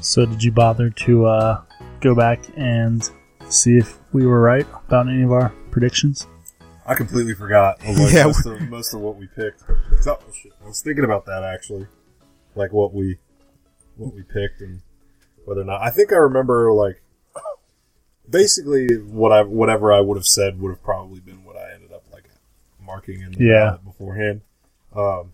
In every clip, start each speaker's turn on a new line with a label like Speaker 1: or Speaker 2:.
Speaker 1: So, did you bother to uh, go back and see if we were right about any of our predictions?
Speaker 2: I completely forgot like,
Speaker 3: Yeah,
Speaker 2: most, of, most of what we picked. So- shit, I was thinking about that actually, like what we what we picked and whether or not. I think I remember like basically what I whatever I would have said would have probably been what I ended up like marking in the
Speaker 1: Yeah.
Speaker 2: ballot beforehand. Um,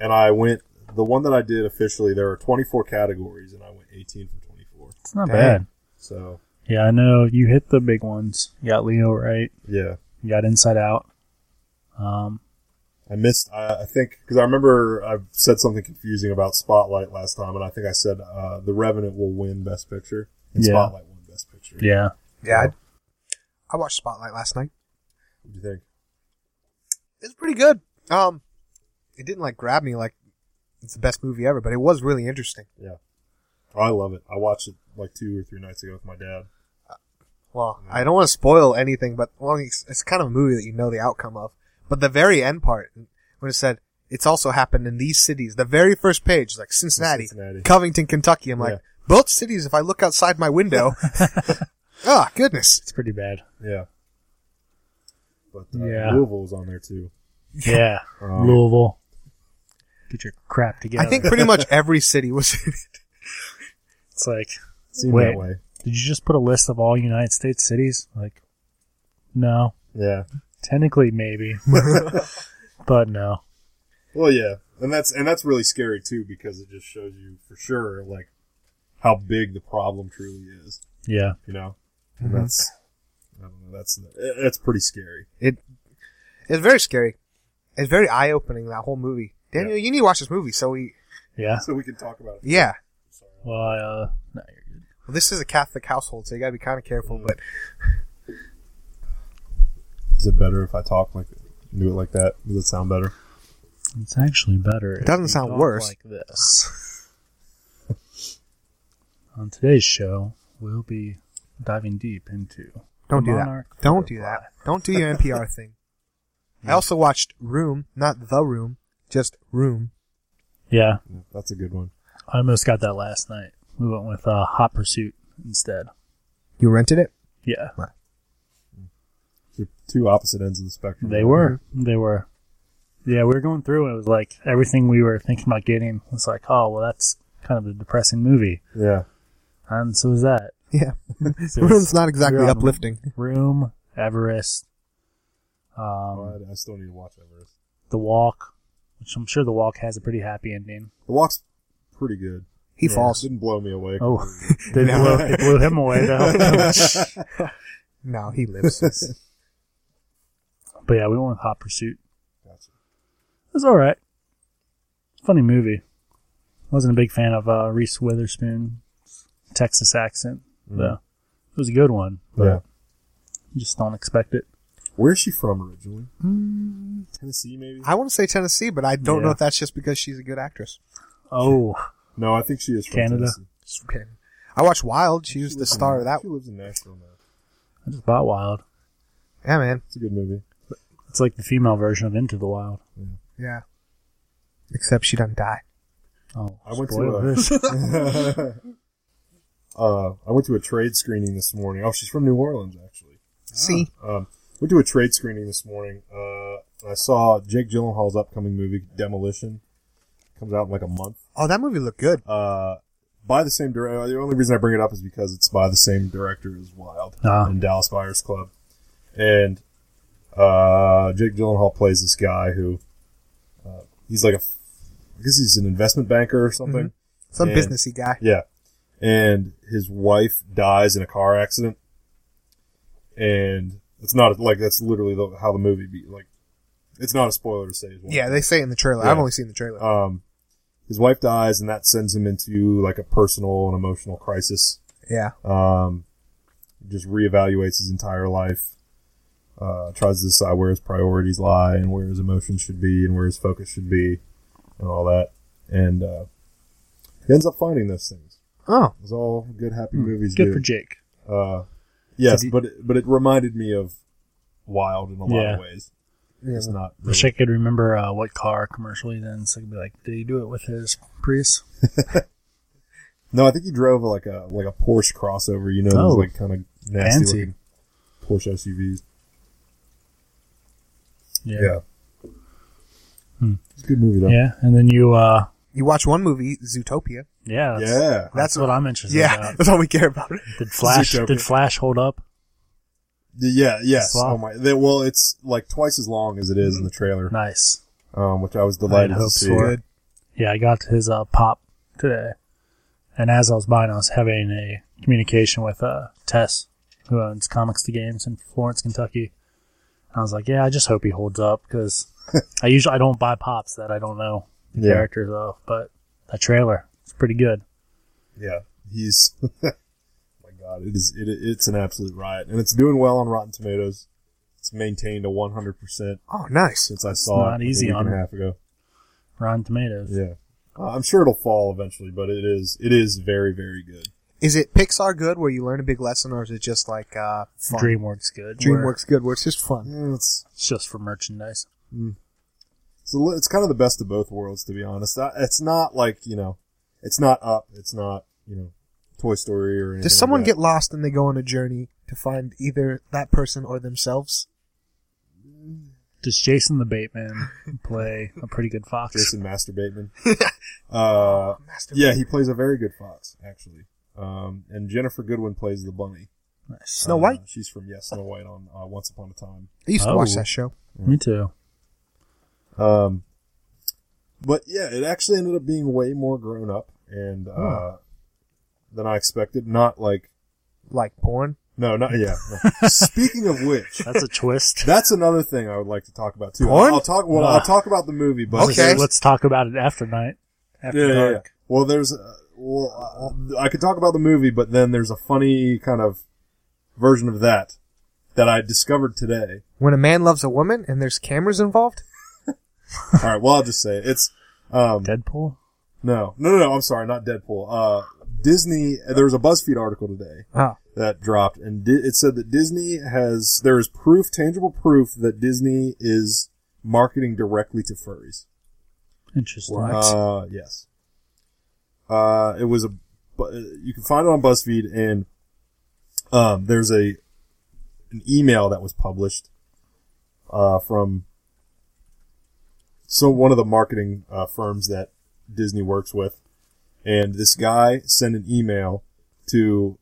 Speaker 2: and I went the one that I did officially. There are twenty four categories, and I went eighteen for twenty four.
Speaker 1: It's not
Speaker 3: Dang.
Speaker 1: bad.
Speaker 2: So
Speaker 1: Yeah, I know you hit the big ones. You got Leo right.
Speaker 2: yeah,
Speaker 1: You got Inside Out. Um,
Speaker 2: I missed. I, I think because I remember I said something confusing about Spotlight last time, and I think I said uh, the Revenant will win Best Picture, and
Speaker 1: Yeah.
Speaker 2: Spotlight won Best Picture.
Speaker 1: yeah,
Speaker 3: Yeah, I, I watched Spotlight last night.
Speaker 2: What do you think?
Speaker 3: It was pretty good. Um, it didn't like grab me like it's the best movie ever, but it was really interesting.
Speaker 2: Oh, I love it. I watched it like two or three nights ago with my dad.
Speaker 3: Well, I don't want to spoil anything, but well, it's, it's kind of a movie that you know the outcome of. But the very end part, when it said it's also happened in these cities, the very first page, like Cincinnati,
Speaker 2: Cincinnati.
Speaker 3: Covington, Kentucky. I'm like,
Speaker 2: Yeah.
Speaker 3: both cities. If I look outside my window, ah, goodness,
Speaker 1: it's pretty bad.
Speaker 2: Yeah, but uh,
Speaker 1: Yeah.
Speaker 2: Louisville was on there too.
Speaker 1: Yeah,
Speaker 2: Um,
Speaker 1: Louisville. Get your crap together.
Speaker 3: I think pretty much every city was.
Speaker 1: it's like,
Speaker 2: Seemed
Speaker 1: Wait.
Speaker 2: that way.
Speaker 1: did you just put a list of all United States cities? Like, no.
Speaker 2: Yeah.
Speaker 1: Technically, maybe, but no.
Speaker 2: Well, yeah, and that's and that's really scary too because it just shows you for sure like how big the problem truly is.
Speaker 1: Yeah,
Speaker 2: You know, And
Speaker 1: Mm-hmm.
Speaker 3: Mm-hmm.
Speaker 2: that's I don't know. That's that's pretty scary.
Speaker 3: It it's very scary. It's very eye opening that whole movie. Daniel, you need to watch this movie. So we
Speaker 1: yeah.
Speaker 2: so we can talk about it.
Speaker 3: yeah.
Speaker 1: Well, I, uh, no, you're good.
Speaker 3: Well, this is a Catholic household, so you gotta be kind of careful. But
Speaker 2: Is it better if I talk like do it like that? Does it sound better?
Speaker 1: It's actually better. It
Speaker 3: doesn't sound worse.
Speaker 1: Like this. On today's show, we'll be diving deep into.
Speaker 3: don't do that.
Speaker 1: Monarch
Speaker 3: Don't do
Speaker 1: Butterfly.
Speaker 3: that. Don't do your NPR thing. I also watched Room, not the Room, just Room.
Speaker 1: Yeah,
Speaker 2: that's a good one.
Speaker 1: I almost got that last night. We went with uh, Hot Pursuit instead.
Speaker 3: You rented it?
Speaker 1: Yeah,
Speaker 2: They're two opposite ends of the spectrum.
Speaker 1: they were.
Speaker 3: Mm-hmm.
Speaker 1: They were. Yeah, we were going through, and it was like everything we were thinking about getting was like, oh, well, that's kind of a depressing movie.
Speaker 2: Yeah.
Speaker 1: And so is that.
Speaker 3: Yeah.
Speaker 1: So
Speaker 3: Room's not exactly
Speaker 1: Room.
Speaker 3: uplifting.
Speaker 1: Room, Everest, um,
Speaker 2: Oh, I, I still need to watch Everest.
Speaker 1: The Walk, which I'm sure The Walk has a pretty happy ending.
Speaker 2: The walk's pretty good.
Speaker 3: He
Speaker 2: Yeah,
Speaker 3: falls.
Speaker 2: Didn't blow me away.
Speaker 1: Oh, they, blew, they blew him away though.
Speaker 3: No, he lives.
Speaker 1: but yeah, we went with Hot Pursuit.
Speaker 2: Gotcha.
Speaker 1: It was all right. Funny movie. Wasn't a big fan of uh, Reese Witherspoon Texas accent though. It was a good one, but
Speaker 2: Mm. Yeah.
Speaker 1: you just don't expect it.
Speaker 2: Where's she from originally? Mm. Tennessee, maybe.
Speaker 3: I want to say Tennessee, but I don't know
Speaker 1: Yeah.
Speaker 3: if that's just because she's a good actress.
Speaker 1: Oh,
Speaker 2: No, I think she is from
Speaker 1: Canada.
Speaker 2: Tennessee.
Speaker 3: Okay. I watched Wild. She was the
Speaker 2: lives in-
Speaker 3: star of that.
Speaker 2: She lives in Nashville now.
Speaker 1: I just bought Wild.
Speaker 3: Yeah, man.
Speaker 2: It's a good movie.
Speaker 1: It's like the female version of Into the Wild.
Speaker 3: Yeah. Except she doesn't die.
Speaker 1: Oh,
Speaker 2: I went to
Speaker 1: spoiler.
Speaker 2: a- Uh, I went to a trade screening this morning. Oh, she's from New Orleans, actually.
Speaker 1: Oh.
Speaker 3: See?
Speaker 2: Um, went to a trade screening this morning. Uh, and I saw Jake Gyllenhaal's upcoming movie Demolition. Comes out in like a month.
Speaker 3: Oh, that movie looked good.
Speaker 2: Uh, by the same director. The only reason I bring it up is because it's by the same director as Wild
Speaker 1: Ah.
Speaker 2: and Dallas Buyers Club, and uh, Jake Gyllenhaal plays this guy who uh, he's like a, I guess he's an investment banker or something.
Speaker 3: Some
Speaker 2: Yeah.
Speaker 3: businessy guy.
Speaker 2: Yeah. And his wife dies in a car accident. And it's not like that's literally the, how the movie be like. It's not a spoiler to say. his wife
Speaker 3: Yeah, they say in the trailer. I've
Speaker 2: Yeah.
Speaker 3: only seen the trailer.
Speaker 2: Um, his wife dies, and that sends him into like a personal and emotional crisis.
Speaker 3: yeah.
Speaker 2: Um, just reevaluates his entire life. Uh, tries to decide where his priorities lie and where his emotions should be and where his focus should be, and all that. And uh, he ends up finding those things.
Speaker 3: Oh.
Speaker 2: It's all good, happy movies.
Speaker 1: Hmm. Good
Speaker 2: do.
Speaker 1: for Jake.
Speaker 2: Uh, yes,
Speaker 1: Did you-
Speaker 2: but it, but it reminded me of Wild in a lot
Speaker 1: Yeah.
Speaker 2: of ways.
Speaker 3: Yeah.
Speaker 2: It's not.
Speaker 1: Wish
Speaker 2: Really,
Speaker 1: I could remember uh, what car commercial he's in, so I could be like, did he do it with his Prius?
Speaker 2: No, I think he drove like a like a Porsche crossover. You know, those
Speaker 1: Oh.
Speaker 2: like kind of nasty
Speaker 1: Fancy.
Speaker 2: looking Porsche SUVs.
Speaker 1: Yeah.
Speaker 2: Yeah,
Speaker 1: Hmm.
Speaker 2: it's a good movie though.
Speaker 1: Yeah, and then you, uh,
Speaker 3: You watch one movie, Zootopia.
Speaker 1: yeah, that's,
Speaker 2: Yeah.
Speaker 1: that's what I'm interested
Speaker 3: yeah,
Speaker 1: about.
Speaker 3: that's all we care about.
Speaker 1: Did Flash?
Speaker 2: Zootopia.
Speaker 1: Did Flash hold up?
Speaker 2: Yeah, yes.
Speaker 1: Wow.
Speaker 2: Oh my. They, well, it's like twice as long as it is in the trailer,
Speaker 1: Nice.
Speaker 2: um, which I was delighted
Speaker 1: I'd
Speaker 2: to
Speaker 1: hope
Speaker 2: see.
Speaker 1: so. Yeah, I got his uh, pop today, and as I was buying, I was having a communication with uh, Tess, who owns Comics to Games in Florence, Kentucky. And I was like, "Yeah, I just hope he holds up because I usually I don't buy pops that I don't know the
Speaker 2: Yeah.
Speaker 1: characters of, but that trailer it's pretty good.
Speaker 2: Yeah, he's. my God, it is. It, it's an absolute riot, and it's doing well on Rotten Tomatoes. It's maintained a 100 percent
Speaker 3: Oh, nice.
Speaker 2: since I saw
Speaker 1: not
Speaker 2: it
Speaker 1: easy
Speaker 2: a week
Speaker 1: on
Speaker 2: and a
Speaker 1: it.
Speaker 2: half ago.
Speaker 1: Rotten Tomatoes.
Speaker 2: Yeah, uh, I'm sure it'll fall eventually, but it is. It is very, very good.
Speaker 3: Is it Pixar good where you learn a big lesson, or is it just like uh, fun?
Speaker 1: DreamWorks good. where
Speaker 3: DreamWorks good where it's just fun?
Speaker 2: Yeah, it's
Speaker 1: It's just for merchandise.
Speaker 2: it's, a, li- it's kind of the best of both worlds, to be honest. Not- It's not like you know, it's not up. It's not you know, Toy Story or anything.
Speaker 3: Does someone
Speaker 2: like that.
Speaker 3: get lost and they go on a journey to find either that person or themselves?
Speaker 1: Does Jason the Bateman play a pretty good fox?
Speaker 2: Jason Master Bateman? uh,
Speaker 3: Master
Speaker 2: yeah, he plays a very good fox actually. Um, and Jennifer Goodwin plays the bunny.
Speaker 1: Nice.
Speaker 3: Snow
Speaker 2: Uh,
Speaker 3: White.
Speaker 2: she's from yes, Snow White on uh, Once Upon a Time.
Speaker 3: I used to watch
Speaker 1: Oh.
Speaker 3: that show.
Speaker 1: Me too.
Speaker 2: Um, but yeah, it actually ended up being way more grown up and uh,
Speaker 3: Hmm.
Speaker 2: than I expected. Not like
Speaker 3: Like porn.
Speaker 2: no, not yeah. no. Speaking of which,
Speaker 1: That's a twist.
Speaker 2: That's another thing I would like to talk about too.
Speaker 3: Porn?
Speaker 2: I'll talk. Well, I'll
Speaker 1: Ah.
Speaker 2: talk about the movie, but
Speaker 3: Okay.
Speaker 1: Let's talk about it after night. After
Speaker 2: Yeah, yeah, yeah.
Speaker 1: dark.
Speaker 2: Well, there's. Uh, well, uh, I could talk about the movie, but then there's a funny kind of version of that that I discovered today.
Speaker 3: When a man loves a woman and there's cameras involved.
Speaker 2: All right. Well, I'll just say it. it's. Um,
Speaker 1: Deadpool.
Speaker 2: no, no, no, no. I'm sorry. Not Deadpool. Uh, Disney. There was a BuzzFeed article today
Speaker 3: Oh,
Speaker 2: that dropped, and di- it said that Disney has there is proof, tangible proof that Disney is marketing directly to furries.
Speaker 1: Interesting.
Speaker 2: Uh, yes. Uh, it was a. bu- You can find it on BuzzFeed, and um, there's a an email that was published uh, from so one of the marketing uh, firms that Disney works with, and this guy sent an email to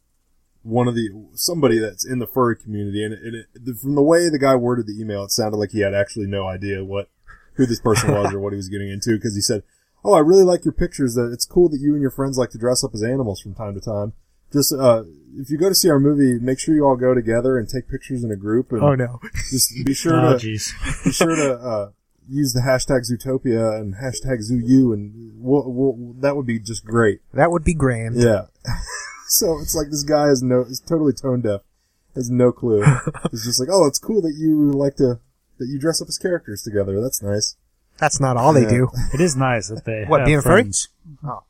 Speaker 2: one of the somebody that's in the furry community, and, it, and it, from the way the guy worded the email, it sounded like he had actually no idea what who this person was or what he was getting into because he said, "Oh, I really like your pictures. That it's cool that you and your friends like to dress up as animals from time to time. Just uh, if you go to see our movie, make sure you all go together and take pictures in a group. And
Speaker 3: oh no.
Speaker 2: just be sure
Speaker 1: oh,
Speaker 2: to
Speaker 1: jeez.
Speaker 2: be sure to uh, use the hashtag Zootopia and hashtag ZooU, and we'll, we'll, that would be just great.
Speaker 3: That would be grand.
Speaker 2: Yeah. so it's like this guy is no is totally tone deaf, has no clue. It's just like, oh, it's cool that you like to that you dress up as characters together. That's nice.
Speaker 3: That's not all
Speaker 2: Yeah.
Speaker 3: they do.
Speaker 1: It is nice that they
Speaker 3: What,
Speaker 1: have
Speaker 3: being a furry?
Speaker 1: friends.
Speaker 3: Oh.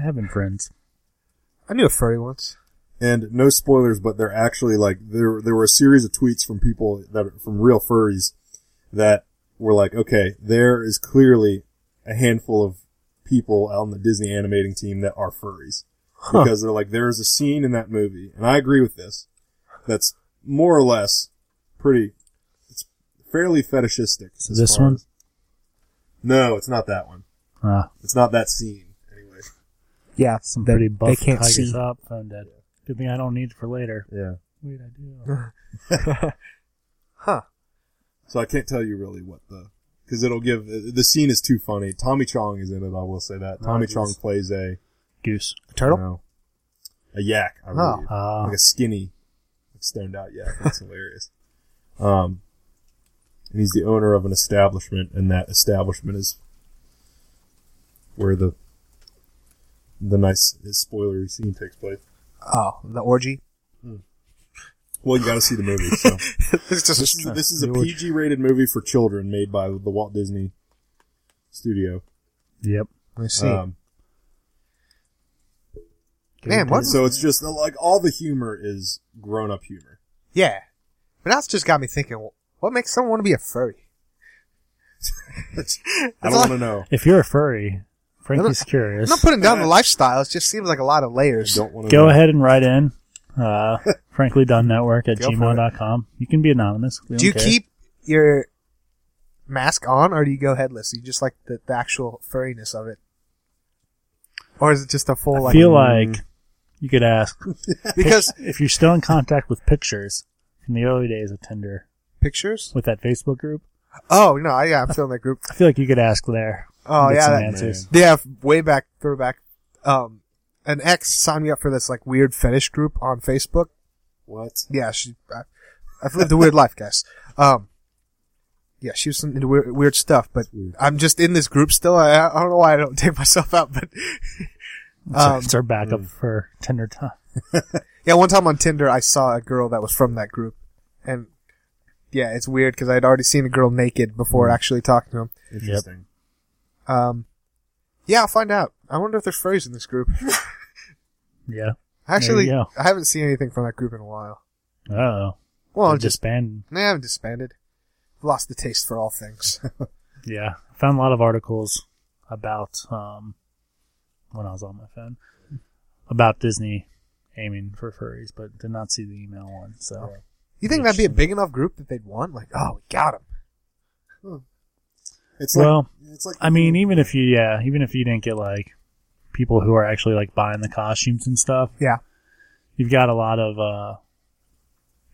Speaker 1: Having friends.
Speaker 3: I knew a furry once.
Speaker 2: and no spoilers, but they're actually like there. There were a series of tweets from people that from real furries that were like, okay, there is clearly a handful of people on the Disney animating team that are furries
Speaker 3: Huh.
Speaker 2: because they're like there is a scene in that movie, and I agree with this. That's more or less pretty. It's fairly fetishistic.
Speaker 1: So
Speaker 2: as
Speaker 1: this
Speaker 2: far
Speaker 1: one?
Speaker 2: as- no, it's not that one.
Speaker 1: Ah,
Speaker 2: It's not that scene. Anyway,
Speaker 3: Yeah,
Speaker 1: some
Speaker 3: they-
Speaker 1: pretty buff
Speaker 3: They can't
Speaker 1: tigers
Speaker 3: see.
Speaker 1: up. I'm dead. Good thing I don't need for later.
Speaker 2: yeah.
Speaker 1: Wait, I do.
Speaker 3: Huh.
Speaker 2: So I can't tell you really what the because it'll give the scene is too funny. Tommy Chong is in it. I will say that Tommy
Speaker 1: Oh,
Speaker 2: Chong
Speaker 1: geez.
Speaker 2: plays a
Speaker 1: Goose.
Speaker 3: Turtle.
Speaker 2: you know, a yak. I
Speaker 3: Oh.
Speaker 2: believe.
Speaker 1: Ah,
Speaker 2: like a skinny, like stoned out yak. That's hilarious. Um, and he's the owner of an establishment, and that establishment is where the the nice spoilery scene takes place.
Speaker 3: Oh, the orgy.
Speaker 2: Well, you got to see the movie. So.
Speaker 3: it's just
Speaker 2: This is,
Speaker 1: uh,
Speaker 2: this is a
Speaker 1: George.
Speaker 2: PG rated movie for children made by the Walt Disney Studio.
Speaker 1: yep.
Speaker 3: I see.
Speaker 2: Um,
Speaker 3: Man, what?
Speaker 2: so it's just like all the humor is grown up humor.
Speaker 3: yeah, but that's just got me thinking. What makes someone want to be a furry?
Speaker 2: I don't want to know.
Speaker 1: If you're a furry, Frankie's
Speaker 3: I'm
Speaker 1: curious.
Speaker 3: not putting down the lifestyle. It just seems like a lot of
Speaker 2: I
Speaker 3: layers.
Speaker 2: don't want to
Speaker 1: Go ahead and write in. Uh, franklydunnetwork at
Speaker 3: Go for it.
Speaker 1: gmail.com. You can be anonymous. We
Speaker 3: Do you
Speaker 1: don't care.
Speaker 3: keep your mask on, or do you go headless? You just like the, the actual furriness of it, or is it just a full
Speaker 1: I
Speaker 3: like? Mm.
Speaker 1: feel like you could ask
Speaker 3: because
Speaker 1: if you're still in contact with pictures from the early days of Tinder
Speaker 3: pictures.
Speaker 1: with that Facebook group.
Speaker 3: Oh no, I, yeah, I'm still in that group.
Speaker 1: I feel like you could ask there.
Speaker 3: Oh
Speaker 1: and get
Speaker 3: yeah,
Speaker 1: some
Speaker 3: that,
Speaker 1: answers.
Speaker 3: they have way back throwback. Um, an ex signed me up for this like weird fetish group on Facebook.
Speaker 2: What?
Speaker 3: Yeah, she. I, I've lived a weird life, guys. Um, yeah, she was into weird, weird stuff, but
Speaker 2: weird.
Speaker 3: I'm just in this group still. I, I don't know why I don't take myself out, but
Speaker 1: It's, our-
Speaker 3: Um,
Speaker 1: it's our backup for Tinder time.
Speaker 3: yeah, one time on Tinder, I saw a girl that was from that group, and yeah, it's weird because I'd already seen a girl naked before
Speaker 1: Mm.
Speaker 3: actually talking to him.
Speaker 2: Interesting.
Speaker 3: Um, yeah, I'll find out. I wonder if there's furries in this group.
Speaker 1: Yeah.
Speaker 3: Actually,
Speaker 1: go.
Speaker 3: I haven't seen anything from that group in a while.
Speaker 1: I don't know.
Speaker 3: Well,
Speaker 1: They're
Speaker 3: just
Speaker 1: disbanded.
Speaker 3: I haven't disbanded. I've lost the taste for all things.
Speaker 1: Yeah, I found a lot of articles about um, when I was on my phone about Disney aiming for furries, but did not see the email one. So
Speaker 3: you think that'd be a big enough group that they'd want? Like, oh, we got him.
Speaker 2: It's like,
Speaker 1: Well,
Speaker 2: it's like
Speaker 1: I mean, even if you yeah, even if you didn't get like people who are actually like buying the costumes and stuff,
Speaker 3: Yeah,
Speaker 1: you've got a lot of uh,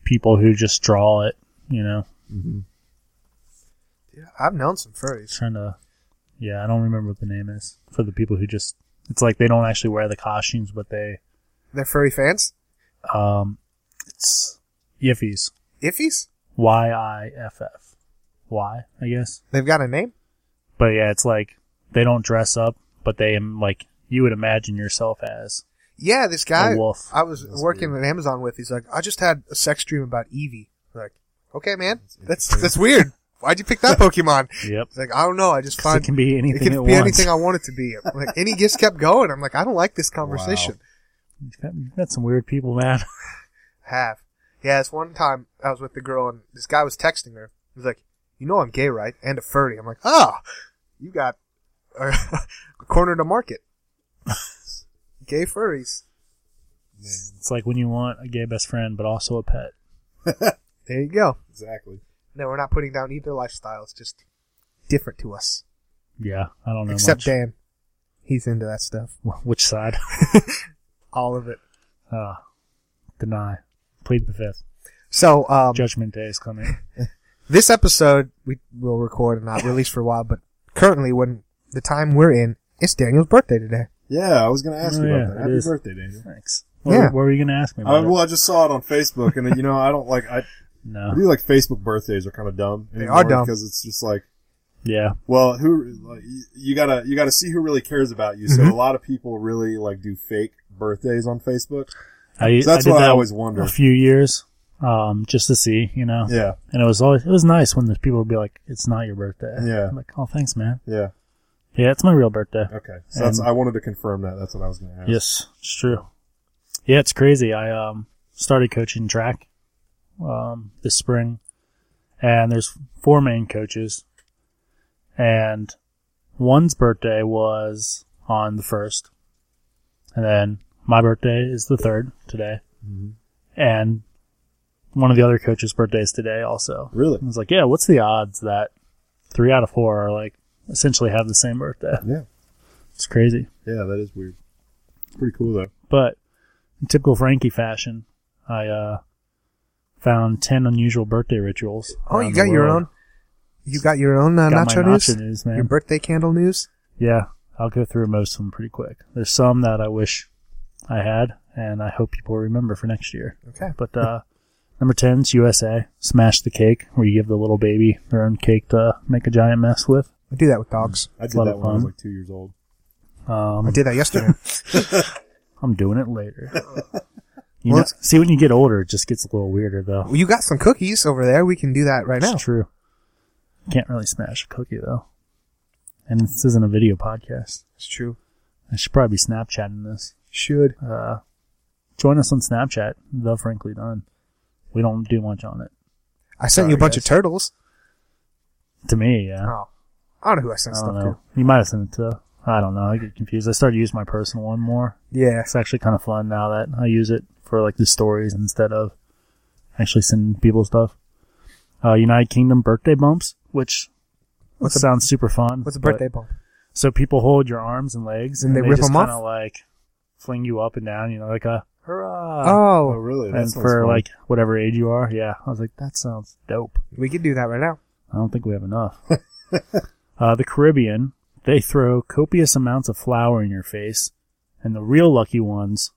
Speaker 1: people who just draw it. You know,
Speaker 2: Mm-hmm.
Speaker 3: Mm-hmm. yeah I've known some furries.
Speaker 1: trying to yeah, I don't remember what the name is for the people who just it's like they don't actually wear the costumes, but they
Speaker 3: They're furry fans.
Speaker 1: um, it's yiffies.
Speaker 3: Iffies.
Speaker 1: Y I F F. Y, I guess.
Speaker 3: They've got a name.
Speaker 1: But yeah, it's like they don't dress up, but they am like you would imagine yourself as.
Speaker 3: Yeah, this guy
Speaker 1: A wolf.
Speaker 3: I was
Speaker 2: That's
Speaker 3: working at Amazon with. He's like, I just had a sex dream about Eevee. I'm like, okay, man, that's
Speaker 2: interesting.
Speaker 3: that's weird. Why'd you pick that Pokemon?
Speaker 1: Yep.
Speaker 3: He's like, I don't know. I just
Speaker 1: 'Cause
Speaker 3: find
Speaker 1: it can be
Speaker 3: it
Speaker 1: anything
Speaker 3: could
Speaker 1: it
Speaker 3: be
Speaker 1: wants.
Speaker 3: anything I want it to be. I'm like, and he just kept going. I'm like, I don't like this conversation.
Speaker 1: You've got- You've got some weird people, man.
Speaker 3: Have yeah, this one time I was with the girl and this guy was texting her. He was like, you know I'm gay, right? And a furry. I'm like, oh, you got a corner to market. gay furries.
Speaker 2: Man,
Speaker 1: It's like when you want a gay best friend, but also a pet.
Speaker 3: There you go.
Speaker 2: exactly.
Speaker 3: No, we're not putting down either lifestyle. It's just different to us.
Speaker 1: Yeah, I don't know
Speaker 3: Except
Speaker 1: much.
Speaker 3: Dan. He's into that stuff.
Speaker 1: Wh- Which side?
Speaker 3: All of it.
Speaker 1: Uh, deny. Plead the fifth.
Speaker 3: So, um,
Speaker 1: Judgment day is coming.
Speaker 3: this episode we will record and not release for a while, but currently when the time we're in, it's Daniel's birthday today.
Speaker 2: Yeah, I was going to ask
Speaker 1: Oh,
Speaker 2: you about
Speaker 1: yeah,
Speaker 2: that.
Speaker 1: it
Speaker 2: Happy
Speaker 1: is.
Speaker 2: birthday, Daniel.
Speaker 1: Thanks. What,
Speaker 3: Yeah.
Speaker 1: what were you going to ask me?
Speaker 2: I,
Speaker 1: About it?
Speaker 2: well, I just saw it on Facebook, and you know, I don't like. I, I
Speaker 1: No.
Speaker 2: do like Facebook birthdays are kind of dumb.
Speaker 3: They
Speaker 2: anymore
Speaker 3: are dumb.
Speaker 2: because it's just like,
Speaker 1: Yeah.
Speaker 2: well, who like, you- you gotta you gotta see who really cares about you.
Speaker 1: Mm-hmm.
Speaker 2: So a lot of people really like do fake birthdays on Facebook.
Speaker 1: I,
Speaker 2: So that's
Speaker 1: I did
Speaker 2: what I
Speaker 1: that Oh,
Speaker 2: always wonder.
Speaker 1: A few years, um, just to see, you know.
Speaker 2: Yeah,
Speaker 1: And it was always it was nice when the people would be like, "It's not your birthday."
Speaker 2: Yeah.
Speaker 1: I'm like, "Oh, thanks, man."
Speaker 2: yeah.
Speaker 1: Yeah, it's my real birthday.
Speaker 2: Okay, so that's
Speaker 1: And-
Speaker 2: I wanted to confirm that. That's what I was gonna ask.
Speaker 1: Yes, it's true. Yeah, it's crazy. I um started coaching track um this spring, and there's four main coaches, and one's birthday was on the first, and then my birthday is the third today,
Speaker 2: Mm-hmm.
Speaker 1: and one of the other coaches' birthdays today also.
Speaker 2: Really?
Speaker 1: I was like, yeah, what's the odds that three out of four are like essentially have the same birthday?
Speaker 2: Yeah,
Speaker 1: It's crazy.
Speaker 2: yeah. That is weird. It's pretty cool though.
Speaker 1: But in typical Frankie fashion, I uh, found 10 unusual birthday rituals.
Speaker 3: Oh,
Speaker 1: around
Speaker 3: you
Speaker 1: the
Speaker 3: got your
Speaker 1: world.
Speaker 3: own. You got your own uh,
Speaker 1: Got
Speaker 3: nacho,
Speaker 1: my
Speaker 3: news?
Speaker 1: nacho news, man.
Speaker 3: Your birthday candle news.
Speaker 1: Yeah, I'll go through most of them pretty quick. There's some that I wish I had, and I hope people remember for next year.
Speaker 3: Okay.
Speaker 1: But uh, number 10 is USA Smash the Cake, where you give the little baby their own cake to make a giant mess with.
Speaker 3: I do that with dogs.
Speaker 2: I did
Speaker 1: a lot
Speaker 2: that
Speaker 1: of
Speaker 2: when I was
Speaker 1: fun.
Speaker 2: like two years old.
Speaker 1: Um,
Speaker 3: I did that yesterday.
Speaker 1: I'm doing it later. You
Speaker 3: Well,
Speaker 1: know, see, when you get older, it just gets a little weirder, though.
Speaker 3: well, you got some cookies over there. We can do that right now.
Speaker 1: It's true. Can't really smash a cookie, though. And this isn't a video podcast.
Speaker 3: It's true.
Speaker 1: I should probably be Snapchatting this.
Speaker 3: Should.
Speaker 1: Uh, join us on Snapchat, The Frankly Done. We don't do much on it.
Speaker 3: I sent you a
Speaker 1: Sorry,
Speaker 3: bunch
Speaker 1: guys.
Speaker 3: of turtles.
Speaker 1: To me, yeah.
Speaker 3: Oh. I don't know who I sent
Speaker 1: I
Speaker 3: stuff
Speaker 1: don't
Speaker 3: to.
Speaker 1: know. You might have sent it to I don't know. I get confused. I started using my personal one more.
Speaker 3: Yeah.
Speaker 1: It's actually kind of fun now that I use it for like the stories instead of actually sending people stuff. Uh, United Kingdom birthday bumps, which
Speaker 3: What's a-
Speaker 1: sounds super fun.
Speaker 3: What's a
Speaker 1: but-
Speaker 3: birthday bump?
Speaker 1: So people hold your arms and legs,
Speaker 3: And
Speaker 1: and,
Speaker 3: they
Speaker 1: they,
Speaker 3: rip
Speaker 1: just
Speaker 3: 'em off?
Speaker 1: kind of like fling you up and down. You know, like a hurrah!
Speaker 2: Oh,
Speaker 3: Oh,
Speaker 2: really? That
Speaker 1: and
Speaker 2: sounds
Speaker 1: for
Speaker 2: fun.
Speaker 1: like whatever age you are, yeah. I was like, that sounds dope.
Speaker 3: we could do that right now.
Speaker 1: I don't think we have enough. uh, the Caribbean, they throw copious amounts of flour in your face, and the real lucky ones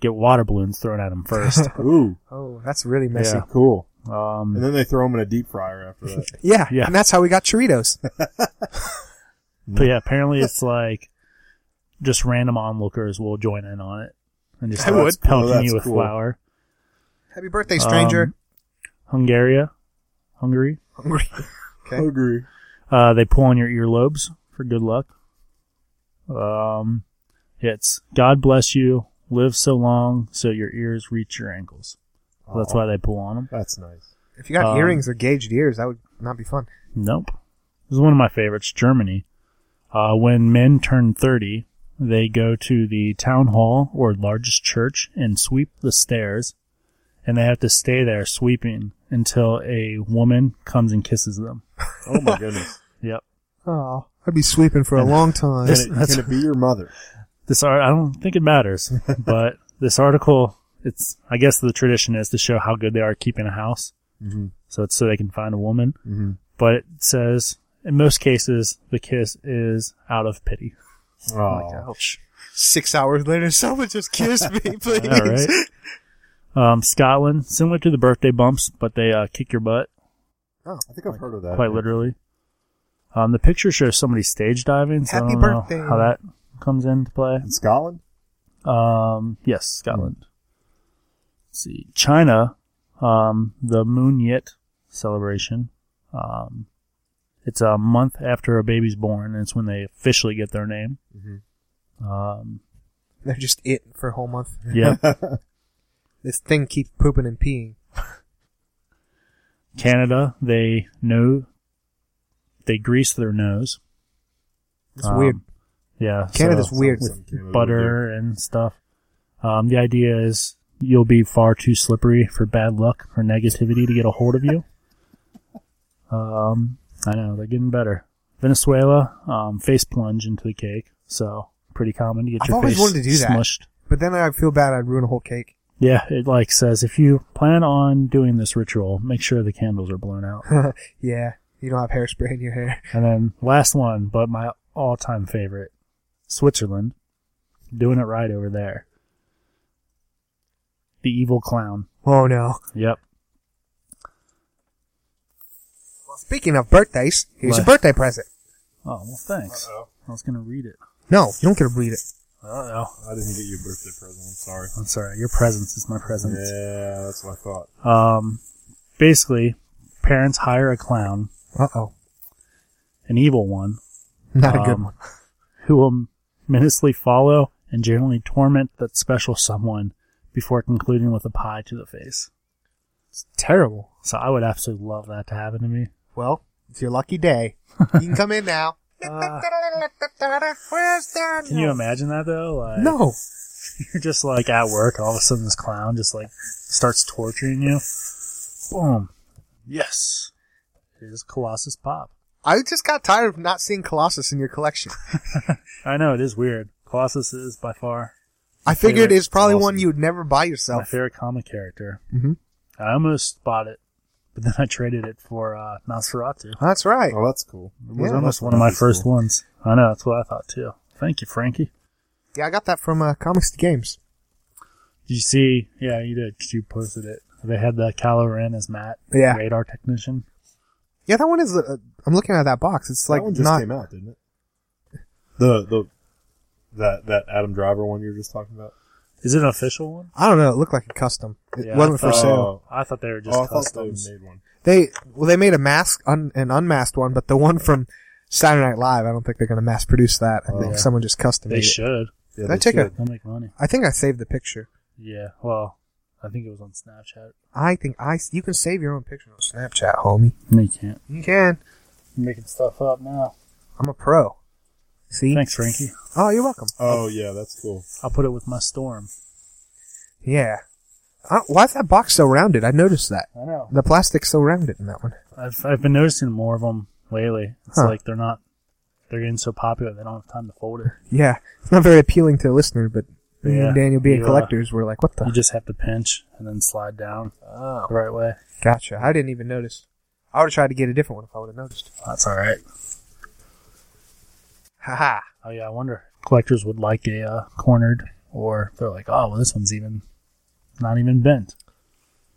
Speaker 1: get water balloons thrown at them first.
Speaker 2: ooh,
Speaker 3: Oh, that's really messy.
Speaker 1: Yeah.
Speaker 2: cool. And
Speaker 1: um,
Speaker 2: then they throw them in a deep fryer after that.
Speaker 3: Yeah.
Speaker 1: Yeah.
Speaker 3: And that's how we got Doritos.
Speaker 1: but yeah, apparently it's like just random onlookers will join in on it and just
Speaker 3: I
Speaker 1: start
Speaker 3: would.
Speaker 2: Oh,
Speaker 1: pelting
Speaker 2: that's
Speaker 1: you with
Speaker 2: cool.
Speaker 1: flour.
Speaker 3: Happy birthday, stranger.
Speaker 1: Um, Hungary, Hungary.
Speaker 3: Hungry. Okay.
Speaker 2: agree.
Speaker 1: Uh, they pull on your earlobes for good luck. Um, it's God bless you, live so long, so your ears reach your ankles. That's why they pull on them.
Speaker 2: That's nice.
Speaker 3: If you got
Speaker 1: um,
Speaker 3: earrings or gauged ears, that would not be fun.
Speaker 1: Nope. This is one of my favorites, Germany. Uh, when men turn 30, they go to the town hall or largest church and sweep the stairs, and they have to stay there sweeping until a woman comes and kisses them.
Speaker 2: Oh my goodness.
Speaker 1: Yep.
Speaker 3: Oh, I'd be sleeping for a long time.
Speaker 1: This-
Speaker 2: Can it, can it be your mother?
Speaker 1: this art I don't think it matters, but this article it's I guess the tradition is to show how good they are at keeping a house.
Speaker 2: Mm-hmm.
Speaker 1: So it's so they can find a woman.
Speaker 2: Mm-hmm.
Speaker 1: But it says in most cases the kiss is out of pity.
Speaker 2: Oh,
Speaker 1: ouch.
Speaker 3: Six hours later, someone just kissed me, please.
Speaker 1: Yeah, right? Um, Scotland, similar to the birthday bumps, but they uh, kick your butt
Speaker 2: Oh, I think I've heard of that.
Speaker 1: quite literally. Um, the picture shows somebody stage diving. So I
Speaker 3: Happy
Speaker 1: don't know
Speaker 3: birthday.
Speaker 1: how that comes into play?
Speaker 2: In Scotland?
Speaker 1: Um, yes, Scotland. Let's see, China, um, the Moon Yit celebration. Um, it's a month after a baby's born, and it's when they officially get their name.
Speaker 2: Mhm.
Speaker 1: Um,
Speaker 3: They're just it for a whole month.
Speaker 1: yeah,
Speaker 3: This thing keeps pooping and peeing.
Speaker 1: Canada, they know they grease their nose.
Speaker 3: It's
Speaker 1: Um,
Speaker 3: weird.
Speaker 1: Yeah,
Speaker 3: Canada's
Speaker 1: so-
Speaker 3: weird.
Speaker 2: Something Canada would
Speaker 1: butter and stuff. Um, the idea is you'll be far too slippery for bad luck or negativity to get a hold of you. Um, I know they're getting better. Venezuela, um, face plunge into the cake, so pretty common to get
Speaker 3: I've
Speaker 1: your
Speaker 3: always
Speaker 1: face
Speaker 3: wanted to do that.
Speaker 1: smushed.
Speaker 3: But then I feel bad I'd ruin a whole cake.
Speaker 1: Yeah, it like says if you plan on doing this ritual, make sure the candles are blown out.
Speaker 3: yeah. You don't have hairspray in your hair.
Speaker 1: And then last one, but my all time favorite, Switzerland. Doing it right over there. The evil clown.
Speaker 3: Oh no.
Speaker 1: Yep.
Speaker 3: Well, speaking of birthdays, here's a
Speaker 1: What?
Speaker 3: birthday present.
Speaker 1: Oh, well, thanks.
Speaker 2: Uh-oh.
Speaker 1: I was going to read it.
Speaker 3: No, you don't get to read it.
Speaker 1: Uh oh.
Speaker 2: I didn't get you a birthday present. I'm sorry.
Speaker 1: I'm sorry. Your presence is my presence.
Speaker 2: Yeah, that's what I thought.
Speaker 1: Um, basically, parents hire a clown,
Speaker 3: Uh oh.
Speaker 1: an evil one,
Speaker 3: Not a good
Speaker 1: Um,
Speaker 3: one.
Speaker 1: who will menacingly follow and generally torment that special someone before concluding with a pie to the face.
Speaker 3: It's terrible.
Speaker 1: So I would absolutely love that to happen to me.
Speaker 3: Well, it's your lucky day. You can come in now.
Speaker 1: Uh,
Speaker 3: Where's Daniel?
Speaker 1: Can you imagine that though? Like,
Speaker 3: No.
Speaker 1: You're just like at work, and all of a sudden this clown just like starts torturing you. Boom. Yes. Here's Colossus Pop.
Speaker 3: I just got tired of not seeing Colossus in your collection.
Speaker 1: I know it is weird. Colossus is by far
Speaker 3: I figured
Speaker 1: favorite
Speaker 3: it's probably
Speaker 1: Colossus.
Speaker 3: one you would never buy
Speaker 1: my
Speaker 3: yourself.
Speaker 1: favorite comic character.
Speaker 2: Mm-hmm.
Speaker 3: Mhm.
Speaker 1: I almost bought it, but then I traded it for uh, Nosferatu. It
Speaker 3: That's right.
Speaker 2: Oh, that's cool.
Speaker 1: was
Speaker 3: Yeah,
Speaker 1: almost
Speaker 2: that's-
Speaker 1: one of my
Speaker 2: that's
Speaker 1: first
Speaker 2: cool.
Speaker 1: ones. I know that's what I thought too. Thank you, Frankie.
Speaker 3: Yeah, I got that from uh, Comics to Games.
Speaker 1: Did you see? Yeah, you did. 'cause you posted it. They had the Kylo Ren as Matt,
Speaker 3: Yeah.
Speaker 1: radar technician.
Speaker 3: Yeah, that one is. Uh, I'm looking at that box. It's like
Speaker 2: that one just
Speaker 3: not.
Speaker 2: came out, didn't it? The the that that Adam Driver one you were just talking about.
Speaker 1: Is it an official one?
Speaker 3: I don't know. It looked like a custom. It
Speaker 1: Yeah,
Speaker 3: wasn't
Speaker 1: I
Speaker 3: for
Speaker 1: thought-
Speaker 3: sale.
Speaker 1: I thought they were just
Speaker 2: oh, I thought they
Speaker 1: customs.
Speaker 2: made one.
Speaker 3: They well, they made a mask un, an unmasked one, but the one from Saturday Night Live. I don't think they're going to mass produce that. I
Speaker 2: Oh,
Speaker 3: think
Speaker 1: yeah.
Speaker 3: someone just custom
Speaker 1: They,
Speaker 3: made it.
Speaker 1: should.
Speaker 2: Yeah,
Speaker 3: Did I take a-
Speaker 2: should.
Speaker 1: They'll make money.
Speaker 3: I think I saved the picture.
Speaker 1: Yeah. Well, I think it was on Snapchat.
Speaker 3: I think I you can save your own picture on Snapchat, homie.
Speaker 1: No, you can't.
Speaker 3: You can.
Speaker 1: You're making stuff up now.
Speaker 3: I'm a pro. See?
Speaker 1: Thanks, Frankie.
Speaker 3: Oh, you're welcome.
Speaker 2: Oh yeah, that's cool.
Speaker 1: I'll put it with my storm.
Speaker 3: Yeah. Uh, why is that box so rounded? I noticed that.
Speaker 1: I know.
Speaker 3: The plastic's so rounded in that one.
Speaker 1: I've I've been noticing more of them lately. It's
Speaker 3: Huh.
Speaker 1: like they're not. They're getting so popular they don't have time to fold it.
Speaker 3: Yeah. It's not very appealing to a listener, but me
Speaker 1: Yeah.
Speaker 3: and Daniel being
Speaker 1: You, uh,
Speaker 3: collectors were like, what the?
Speaker 1: You just have to pinch and then slide down
Speaker 3: Oh.
Speaker 1: the right way.
Speaker 3: Gotcha. I didn't even notice. I would have tried to get a different one if I would have noticed.
Speaker 1: That's all right.
Speaker 3: Haha.
Speaker 1: Oh yeah, I wonder if collectors would like a uh, cornered, or if they're like, oh, well, this one's even not even bent.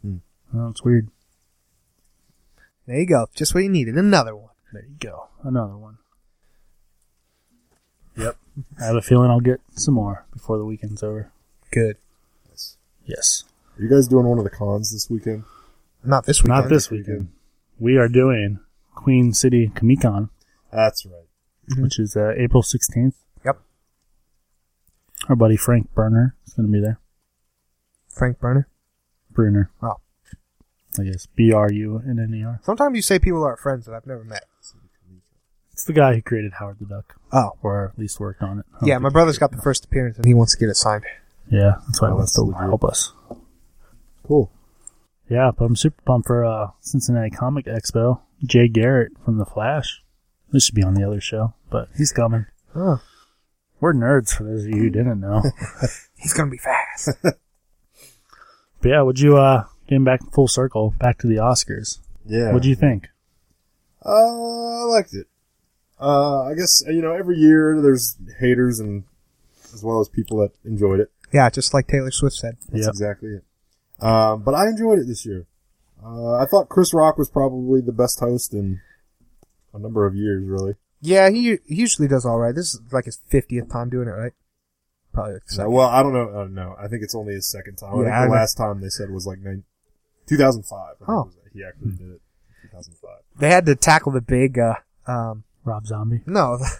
Speaker 2: Hmm.
Speaker 1: Well, it's weird.
Speaker 3: There you go. Just what you needed. Another one.
Speaker 1: There you go, another one. Yep, I have a feeling I'll get some more before the weekend's over.
Speaker 3: Good.
Speaker 1: Yes,
Speaker 2: Are you guys doing one of the cons this weekend?
Speaker 3: Not this weekend.
Speaker 1: not this weekend. We are doing Queen City Comic Con,
Speaker 2: That's right.
Speaker 3: Mhm.
Speaker 1: which is uh, April sixteenth.
Speaker 3: Yep.
Speaker 1: Our buddy Frank Berner is going to be there.
Speaker 3: Frank Burner.
Speaker 1: Bruner.
Speaker 3: Oh.
Speaker 1: I guess B R U N N E R.
Speaker 3: Sometimes you say people aren't friends that I've never met.
Speaker 1: It's the guy who created Howard the Duck,
Speaker 3: Oh.
Speaker 1: or at least worked on it. I don't
Speaker 3: Yeah,
Speaker 1: think-
Speaker 3: my brother's got the first appearance and he wants to get it signed.
Speaker 1: yeah, that's why he
Speaker 2: Oh,
Speaker 1: wants
Speaker 2: that's
Speaker 1: to
Speaker 2: legit.
Speaker 1: help us.
Speaker 2: Cool.
Speaker 1: Yeah, but I'm super pumped for uh, Cincinnati Comic Expo. Jay Garrett from The Flash. This should be on the other show, but he's coming.
Speaker 3: Oh.
Speaker 1: We're nerds for those of you who didn't know.
Speaker 3: He's gonna be fast.
Speaker 1: but yeah, would you uh getting back full circle back to the Oscars?
Speaker 2: Yeah.
Speaker 1: What'd you think?
Speaker 2: Uh, I liked it. Uh, I guess you know every year there's haters and as well as people that enjoyed it.
Speaker 3: yeah, just like Taylor Swift said.
Speaker 2: That's
Speaker 1: Yep.
Speaker 2: exactly it. Um, but I enjoyed it this year. Uh, I thought Chris Rock was probably the best host in a number of years, really.
Speaker 3: Yeah, he, he usually does all right. This is like his fiftieth time doing it, right? Probably like the
Speaker 2: So,
Speaker 3: second.
Speaker 2: well, I don't know. Uh, no, I think it's only his second time. I
Speaker 3: Yeah,
Speaker 2: think
Speaker 3: I
Speaker 2: the
Speaker 3: don't-
Speaker 2: last time they said was like nine, 2005. I think
Speaker 3: Oh.
Speaker 2: it was- he actually did it. in 2005.
Speaker 3: They had to tackle the big, uh, um,
Speaker 1: Rob Zombie.
Speaker 3: no, the,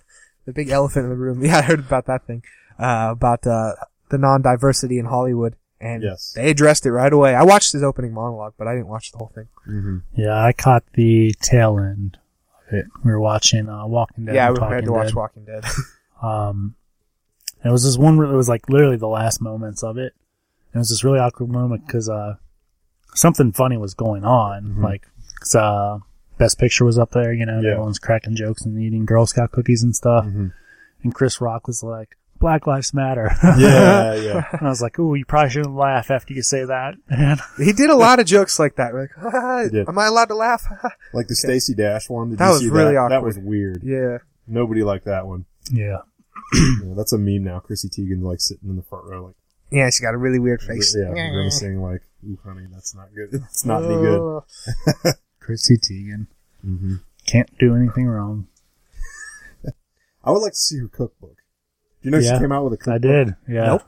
Speaker 3: the big elephant in the room. Yeah, I heard about that thing, uh, about uh, the non-diversity in Hollywood, and
Speaker 2: Yes.
Speaker 3: they addressed it right away. I watched his opening monologue, but I didn't watch the whole thing.
Speaker 2: Mm-hmm.
Speaker 1: Yeah, I caught the tail end of it. We were watching uh, Walking Dead.
Speaker 3: yeah, I
Speaker 1: and
Speaker 3: was
Speaker 1: Talking
Speaker 3: prepared to watch
Speaker 1: Dead.
Speaker 3: Walking Dead.
Speaker 1: Um, and it was this one. It was like literally the last moments of it. And it was this really awkward moment because uh, something funny was going on.
Speaker 2: Mhm.
Speaker 1: Like, 'cause, uh, Best Picture was up there, you know, and
Speaker 2: Yeah.
Speaker 1: everyone's cracking jokes and eating Girl Scout cookies and
Speaker 3: Uh,
Speaker 1: stuff.
Speaker 2: hmm
Speaker 1: And Chris Rock was like, "Black Lives Matter."
Speaker 2: Yeah, yeah.
Speaker 1: and I was like, "Ooh, you probably shouldn't laugh after you say that." And
Speaker 3: he did a lot of jokes like that. We're like, "Ha, ha,
Speaker 2: He did.
Speaker 3: am I allowed to laugh?
Speaker 2: Like the Stacy Dash one. Did
Speaker 3: That
Speaker 2: you
Speaker 3: was
Speaker 2: see
Speaker 3: really
Speaker 2: that? That
Speaker 3: awkward.
Speaker 2: was weird.
Speaker 3: yeah,
Speaker 2: Nobody liked that one.
Speaker 1: yeah,
Speaker 2: Yeah, that's a meme now. Chrissy Teigen like sitting in the front row, like
Speaker 3: yeah, she got a really weird face.
Speaker 2: yeah, grimacing, like, "Ooh, honey, that's not good. It's not any good."
Speaker 3: Oh.
Speaker 1: Chrissy Teigen
Speaker 2: Mm-hmm.
Speaker 1: can't do anything wrong.
Speaker 2: I would like to see her cookbook. Do you know
Speaker 1: Yeah.
Speaker 2: she came out with a cookbook?
Speaker 1: I did. Yeah.
Speaker 3: Nope.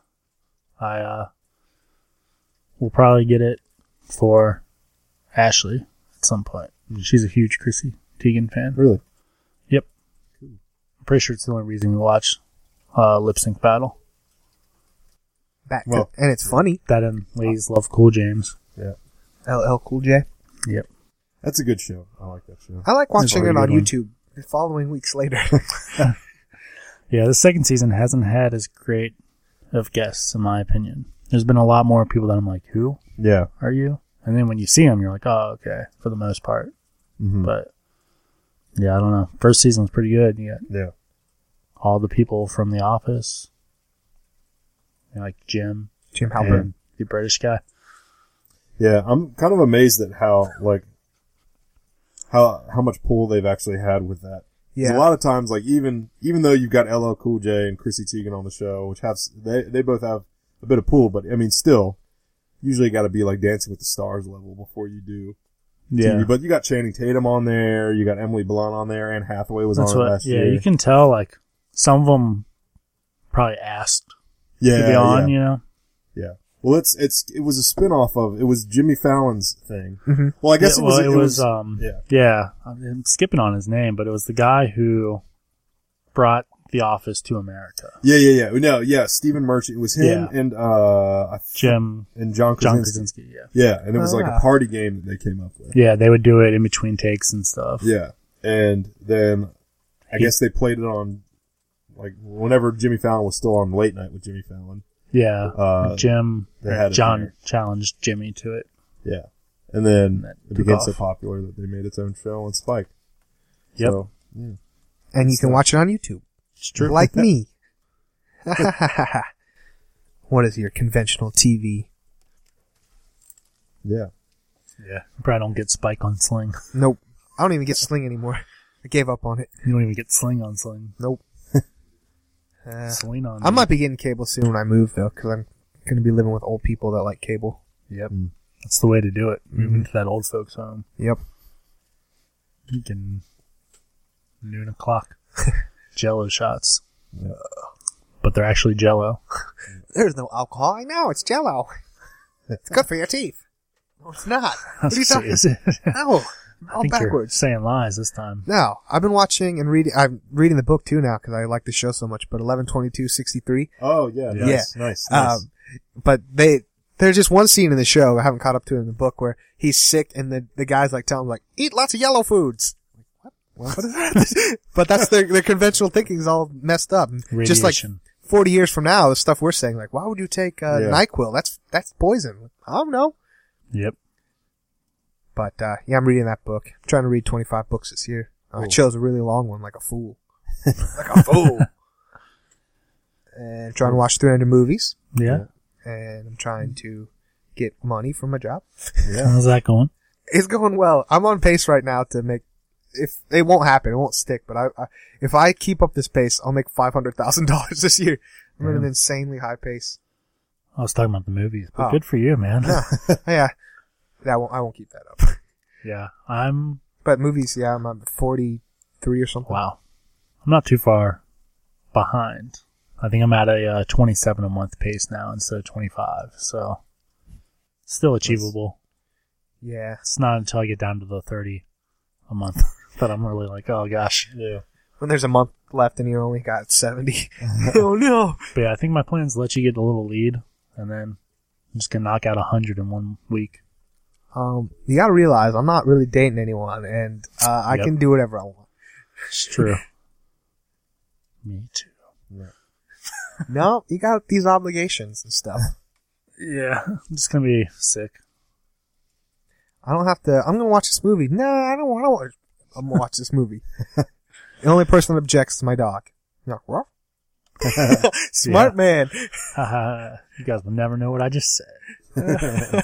Speaker 1: I uh will probably get it for Ashley at some point. She's a huge Chrissy Teigen fan.
Speaker 2: Really?
Speaker 1: I'm pretty sure it's the only reason we watch uh Lip Sync Battle.
Speaker 3: Back to-
Speaker 2: Well-
Speaker 3: and it's funny.
Speaker 1: That and Ladies Love Cool James.
Speaker 2: Yeah,
Speaker 3: LL Cool J.
Speaker 1: Yep.
Speaker 2: that's a good show. I like that show.
Speaker 3: I like watching
Speaker 1: a
Speaker 3: it
Speaker 1: good
Speaker 3: on
Speaker 1: one.
Speaker 3: YouTube the following weeks later.
Speaker 1: Yeah, the second season hasn't had as great of guests in my opinion. There's been a lot more people that I'm like, "Who
Speaker 2: Yeah,
Speaker 1: are you?" And then when you see them, you're like, "Oh, okay," for the most part.
Speaker 2: mm-hmm.
Speaker 1: But yeah, I don't know. First season was pretty good. You got
Speaker 2: yeah,
Speaker 1: all the people from the office, You know, like Jim
Speaker 3: Jim Halpert.
Speaker 1: and the British guy.
Speaker 2: yeah. I'm kind of amazed at how like how how much pull they've actually had with that. 'Cause
Speaker 3: Yeah.
Speaker 2: A lot of times, like even even though you've got LL Cool J and Chrissy Teigen on the show, which have s- they they both have a bit of pull, but I mean, still, usually got to be like Dancing with the Stars level before you do. TV. but you got Channing Tatum on there, you got Emily Blunt on there, Anne Hathaway was
Speaker 1: that's
Speaker 2: on it
Speaker 1: what.
Speaker 2: last
Speaker 1: Yeah,
Speaker 2: year.
Speaker 1: you can tell like some of them probably asked
Speaker 2: yeah,
Speaker 1: to be on.
Speaker 2: yeah,
Speaker 1: You know,
Speaker 2: yeah. Well, it's it's it was a spin off of it was Jimmy Fallon's thing.
Speaker 3: Mhm.
Speaker 2: Well, I guess
Speaker 1: Mm-hmm. Yeah, well, it
Speaker 2: it was
Speaker 1: was. Um,
Speaker 2: yeah.
Speaker 1: yeah, I'm skipping on his name, but it was the guy who brought The Office to America.
Speaker 2: yeah, yeah, yeah. No, yeah, Stephen Merchant. It was him
Speaker 1: Yeah.
Speaker 2: and uh I th-
Speaker 1: Jim
Speaker 2: and John
Speaker 1: John
Speaker 2: Krasinski.
Speaker 1: Krasinski. Yeah,
Speaker 2: Yeah, and it was like
Speaker 3: Ah.
Speaker 2: a party game that they came up with.
Speaker 1: yeah, they would do it in between takes and stuff.
Speaker 2: Yeah, and then I
Speaker 1: He-
Speaker 2: guess they played it on Like whenever Jimmy Fallon was still on late night with Jimmy Fallon.
Speaker 1: Yeah.
Speaker 2: Uh,
Speaker 1: Jim,
Speaker 2: they had it
Speaker 1: John
Speaker 2: there.
Speaker 1: challenged Jimmy to it.
Speaker 2: Yeah. And then
Speaker 1: that
Speaker 2: it
Speaker 1: took
Speaker 2: became
Speaker 1: off.
Speaker 2: so popular that they made its own show on Spike.
Speaker 1: Yep.
Speaker 2: So,
Speaker 3: And you can watch it on YouTube.
Speaker 2: it's true.
Speaker 3: Like me. what is your conventional TV?
Speaker 2: Yeah.
Speaker 1: Yeah. Probably don't get Spike on Sling.
Speaker 3: Nope. I don't even get Sling anymore. I gave up on it.
Speaker 1: You don't even get Sling on Sling.
Speaker 3: Nope. Uh,
Speaker 1: Sling on.
Speaker 3: I might be getting cable soon when I move though, because I'm going to be living with old people that like cable.
Speaker 1: Yep.
Speaker 2: Mm.
Speaker 1: That's the way to do it.
Speaker 3: Mm-hmm.
Speaker 1: Moving to that old folks home.
Speaker 3: Yep.
Speaker 1: You can noon o'clock jello shots.
Speaker 2: Yeah.
Speaker 1: But they're actually jello.
Speaker 3: There's no alcohol. I know it's Jello. it's good for your teeth. No, it's not. What are you talking?
Speaker 1: Is it-
Speaker 3: No,
Speaker 1: I
Speaker 3: all
Speaker 1: think you're
Speaker 3: backwards.
Speaker 1: saying lies this time.
Speaker 3: No, I've been watching and reading. I'm reading the book too now because I like the show so much. But eleven twenty two sixty three.
Speaker 2: Oh yeah. Nice. Nice.
Speaker 1: Uh,
Speaker 2: nice.
Speaker 3: Um, but they there's just one scene in the show I haven't caught up to in the book where he's sick and the the guys like tell him like eat lots of yellow foods. Like, What? What? but that's their their conventional thinking's all messed up.
Speaker 1: Radiation.
Speaker 3: Just like forty years from now, the stuff we're saying like, why would you take uh,
Speaker 2: Yeah.
Speaker 3: Nyquil? That's that's poison. I don't know.
Speaker 1: yep.
Speaker 3: But uh, yeah, I'm reading that book. I'm trying to read 25 books this year. I
Speaker 2: Ooh.
Speaker 3: chose a really long one, like a fool, like a fool. and I'm trying to watch 300 movies,
Speaker 1: Yeah.
Speaker 3: and I'm trying to get money from my job.
Speaker 2: yeah.
Speaker 1: How's that going?
Speaker 3: It's going well. I'm on pace right now to make. If it won't happen, it won't stick. But I, I if I keep up this pace, I'll make five hundred thousand dollars this year. I'm at an
Speaker 1: Yeah.
Speaker 3: insanely high pace.
Speaker 1: I was talking about the movies, but
Speaker 3: Oh.
Speaker 1: good for you, man.
Speaker 3: No, yeah, that won't, I won't keep that up.
Speaker 1: yeah. I'm
Speaker 3: But movies, yeah, I'm at forty three or something.
Speaker 1: Wow. I'm not too far behind. I think I'm at a uh, 27 a month pace now instead of 25. So still achievable.
Speaker 3: Yeah,
Speaker 1: It's not until I get down to the 30 a month that I'm really like, oh gosh.
Speaker 2: Yeah.
Speaker 3: when there's a month left and you only got 70. oh no.
Speaker 1: But yeah, I think my plans let you get a little lead and then I'm just going to knock out 100 in one week.
Speaker 3: Um, you gotta realize I'm not really dating anyone and, uh, I
Speaker 1: Yep.
Speaker 3: can do whatever I want.
Speaker 1: It's true. Me too.
Speaker 3: no, you got these obligations and stuff.
Speaker 1: Yeah. I'm just going to be sick.
Speaker 3: I don't have to, I'm gonna watch this movie. No, I don't wanna watch, I'm gonna watch this movie. the only person that objects is my dog. You're like, what? Smart man.
Speaker 1: Haha. you guys will never know what I just said.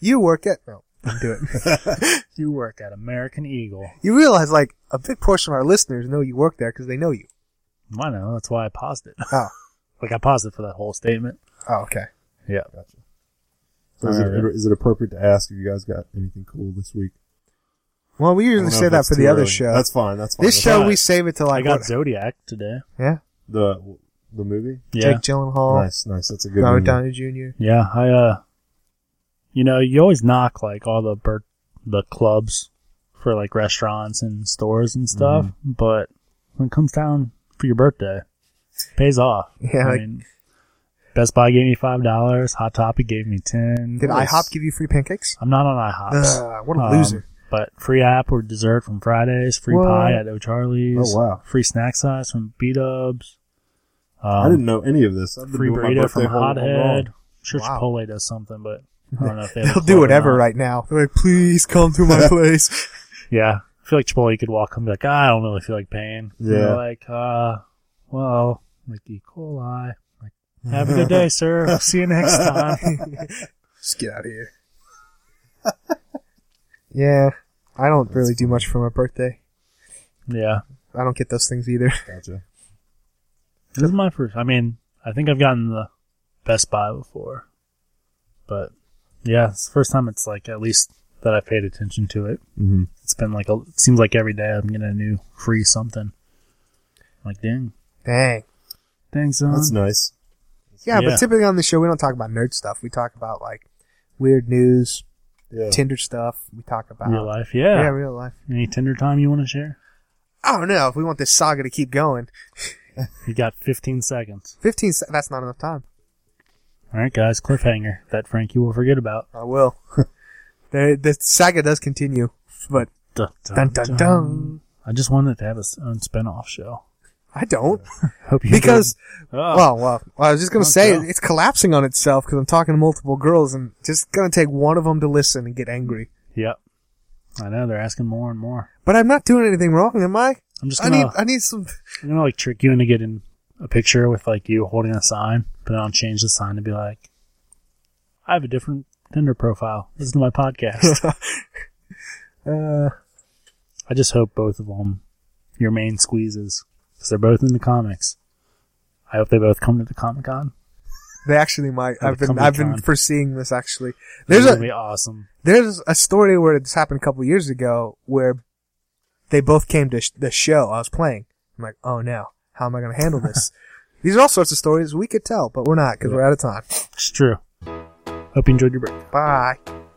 Speaker 3: You work at, no, don't do it.
Speaker 1: You work at American Eagle.
Speaker 3: You realize like a big portion of our listeners know you work there because they know you.
Speaker 1: I know. That's why I paused it.
Speaker 3: Oh,
Speaker 1: Like I paused it for that whole statement.
Speaker 3: oh, okay.
Speaker 1: Yeah.
Speaker 2: So is, it,
Speaker 1: Alright.
Speaker 2: is it appropriate to ask if you guys got anything cool this week?
Speaker 3: Well, we
Speaker 2: I don't
Speaker 3: usually
Speaker 2: know
Speaker 3: say
Speaker 2: if
Speaker 3: that
Speaker 2: that's
Speaker 3: for the
Speaker 2: too
Speaker 3: other
Speaker 2: early.
Speaker 3: show.
Speaker 2: That's fine. That's fine.
Speaker 3: this
Speaker 2: That's
Speaker 3: show
Speaker 1: fine.
Speaker 3: we save it to
Speaker 1: I
Speaker 3: like
Speaker 1: got
Speaker 3: what-
Speaker 1: Zodiac today.
Speaker 3: yeah.
Speaker 2: the the movie.
Speaker 1: Yeah.
Speaker 3: Jake Gyllenhaal,
Speaker 2: Nice, nice. That's a good
Speaker 3: Robert
Speaker 2: movie.
Speaker 3: Downey Jr.
Speaker 1: Yeah. I uh you know, you always knock like all the bird the clubs for like restaurants and stores and stuff, but when it comes down for your birthday, it pays off.
Speaker 3: Yeah,
Speaker 1: I
Speaker 3: like-
Speaker 1: mean Best Buy gave me five dollars, Hot Topic gave me ten.
Speaker 3: Did
Speaker 2: Nice. Uh,
Speaker 3: IHOP give you free pancakes?
Speaker 1: I'm not on IHOPs.
Speaker 3: Ugh, what a
Speaker 1: Um,
Speaker 3: loser!
Speaker 1: But free app or dessert from Fridays, free
Speaker 3: What?
Speaker 1: pie at O'Charlie's.
Speaker 2: Oh, wow.
Speaker 1: Free snack size from B Dubs. Um,
Speaker 2: I didn't know any of this. I've been
Speaker 1: free
Speaker 2: doing my
Speaker 1: burrito
Speaker 2: birthday
Speaker 1: from
Speaker 2: whole all
Speaker 1: Hothead.
Speaker 2: wrong.
Speaker 1: Sure,
Speaker 3: Wow.
Speaker 1: Chipotle does something, but I don't know if they. have a
Speaker 3: They'll
Speaker 1: club
Speaker 3: do
Speaker 1: or
Speaker 3: whatever
Speaker 1: not.
Speaker 3: right now. They're like, please come to my place.
Speaker 1: Yeah, I feel like Chipotle. You could walk and be like, "Ah, I don't really feel like paying.
Speaker 2: Yeah.
Speaker 1: They're like, uh, well, like E. coli. Like, have a good day, sir. We'll see you next time.
Speaker 3: Just get out of here. yeah, I don't really do much for my birthday.
Speaker 1: yeah,
Speaker 3: I don't get those things either.
Speaker 2: Gotcha.
Speaker 1: this is my first. I mean, I think I've gotten the Best Buy before, but yeah, it's the first time. It's like at least that I paid attention to it.
Speaker 2: Mm-hmm.
Speaker 1: It's been like a. It seems like every day I'm getting a new free something. Like, dang.
Speaker 3: Dang.
Speaker 1: Thanks, son.
Speaker 3: Uh-huh.
Speaker 2: That's nice.
Speaker 3: Yeah,
Speaker 1: Yeah.
Speaker 3: but typically on the show we don't talk about nerd stuff. We talk about like weird news,
Speaker 2: Yeah.
Speaker 3: Tinder stuff. We talk about
Speaker 1: Real life, yeah.
Speaker 3: yeah, real life.
Speaker 1: Any Tinder time you want to share?
Speaker 3: I don't know if we want this saga to keep going.
Speaker 1: You got 15 seconds.
Speaker 3: 15 se- that's not enough time.
Speaker 1: All right, guys, cliffhanger that Frankie will forget about.
Speaker 3: I will. the, the saga does continue, but
Speaker 1: Dun,
Speaker 3: dun dun dun.
Speaker 1: I just wanted to have its own spinoff show.
Speaker 3: I don't
Speaker 1: Hope you
Speaker 3: because
Speaker 1: did. Oh,
Speaker 3: well, well, well, I was just gonna say
Speaker 1: Okay.
Speaker 3: it's collapsing on itself because I'm talking to multiple girls and just gonna take one of them to listen and get angry.
Speaker 1: yep. I know they're asking more and more.
Speaker 3: But I'm not doing anything wrong, am I?
Speaker 1: I'm just
Speaker 3: I
Speaker 1: gonna
Speaker 3: need I need some.
Speaker 1: I'm gonna like trick you into getting a picture with like you holding a sign, but then I'll change the sign to be like, I have a different Tinder profile. Listen to my podcast.
Speaker 3: Uh,
Speaker 1: I just hope both of them, your main squeezes, because they're both in the comics. I hope they both come to the Comic Con.
Speaker 3: they actually might.
Speaker 1: Oh,
Speaker 3: I've been
Speaker 1: come
Speaker 3: I've been
Speaker 1: on.
Speaker 3: foreseeing this actually.
Speaker 1: That's
Speaker 3: There's
Speaker 1: gonna
Speaker 3: a
Speaker 1: be awesome.
Speaker 3: there's a story where this happened a couple years ago where they both came to sh- the show I was playing. I'm like, oh no, how am I gonna handle this? These are all sorts of stories we could tell, but we're not because we're out of time.
Speaker 1: It's true. Hope you enjoyed your break.
Speaker 3: Bye.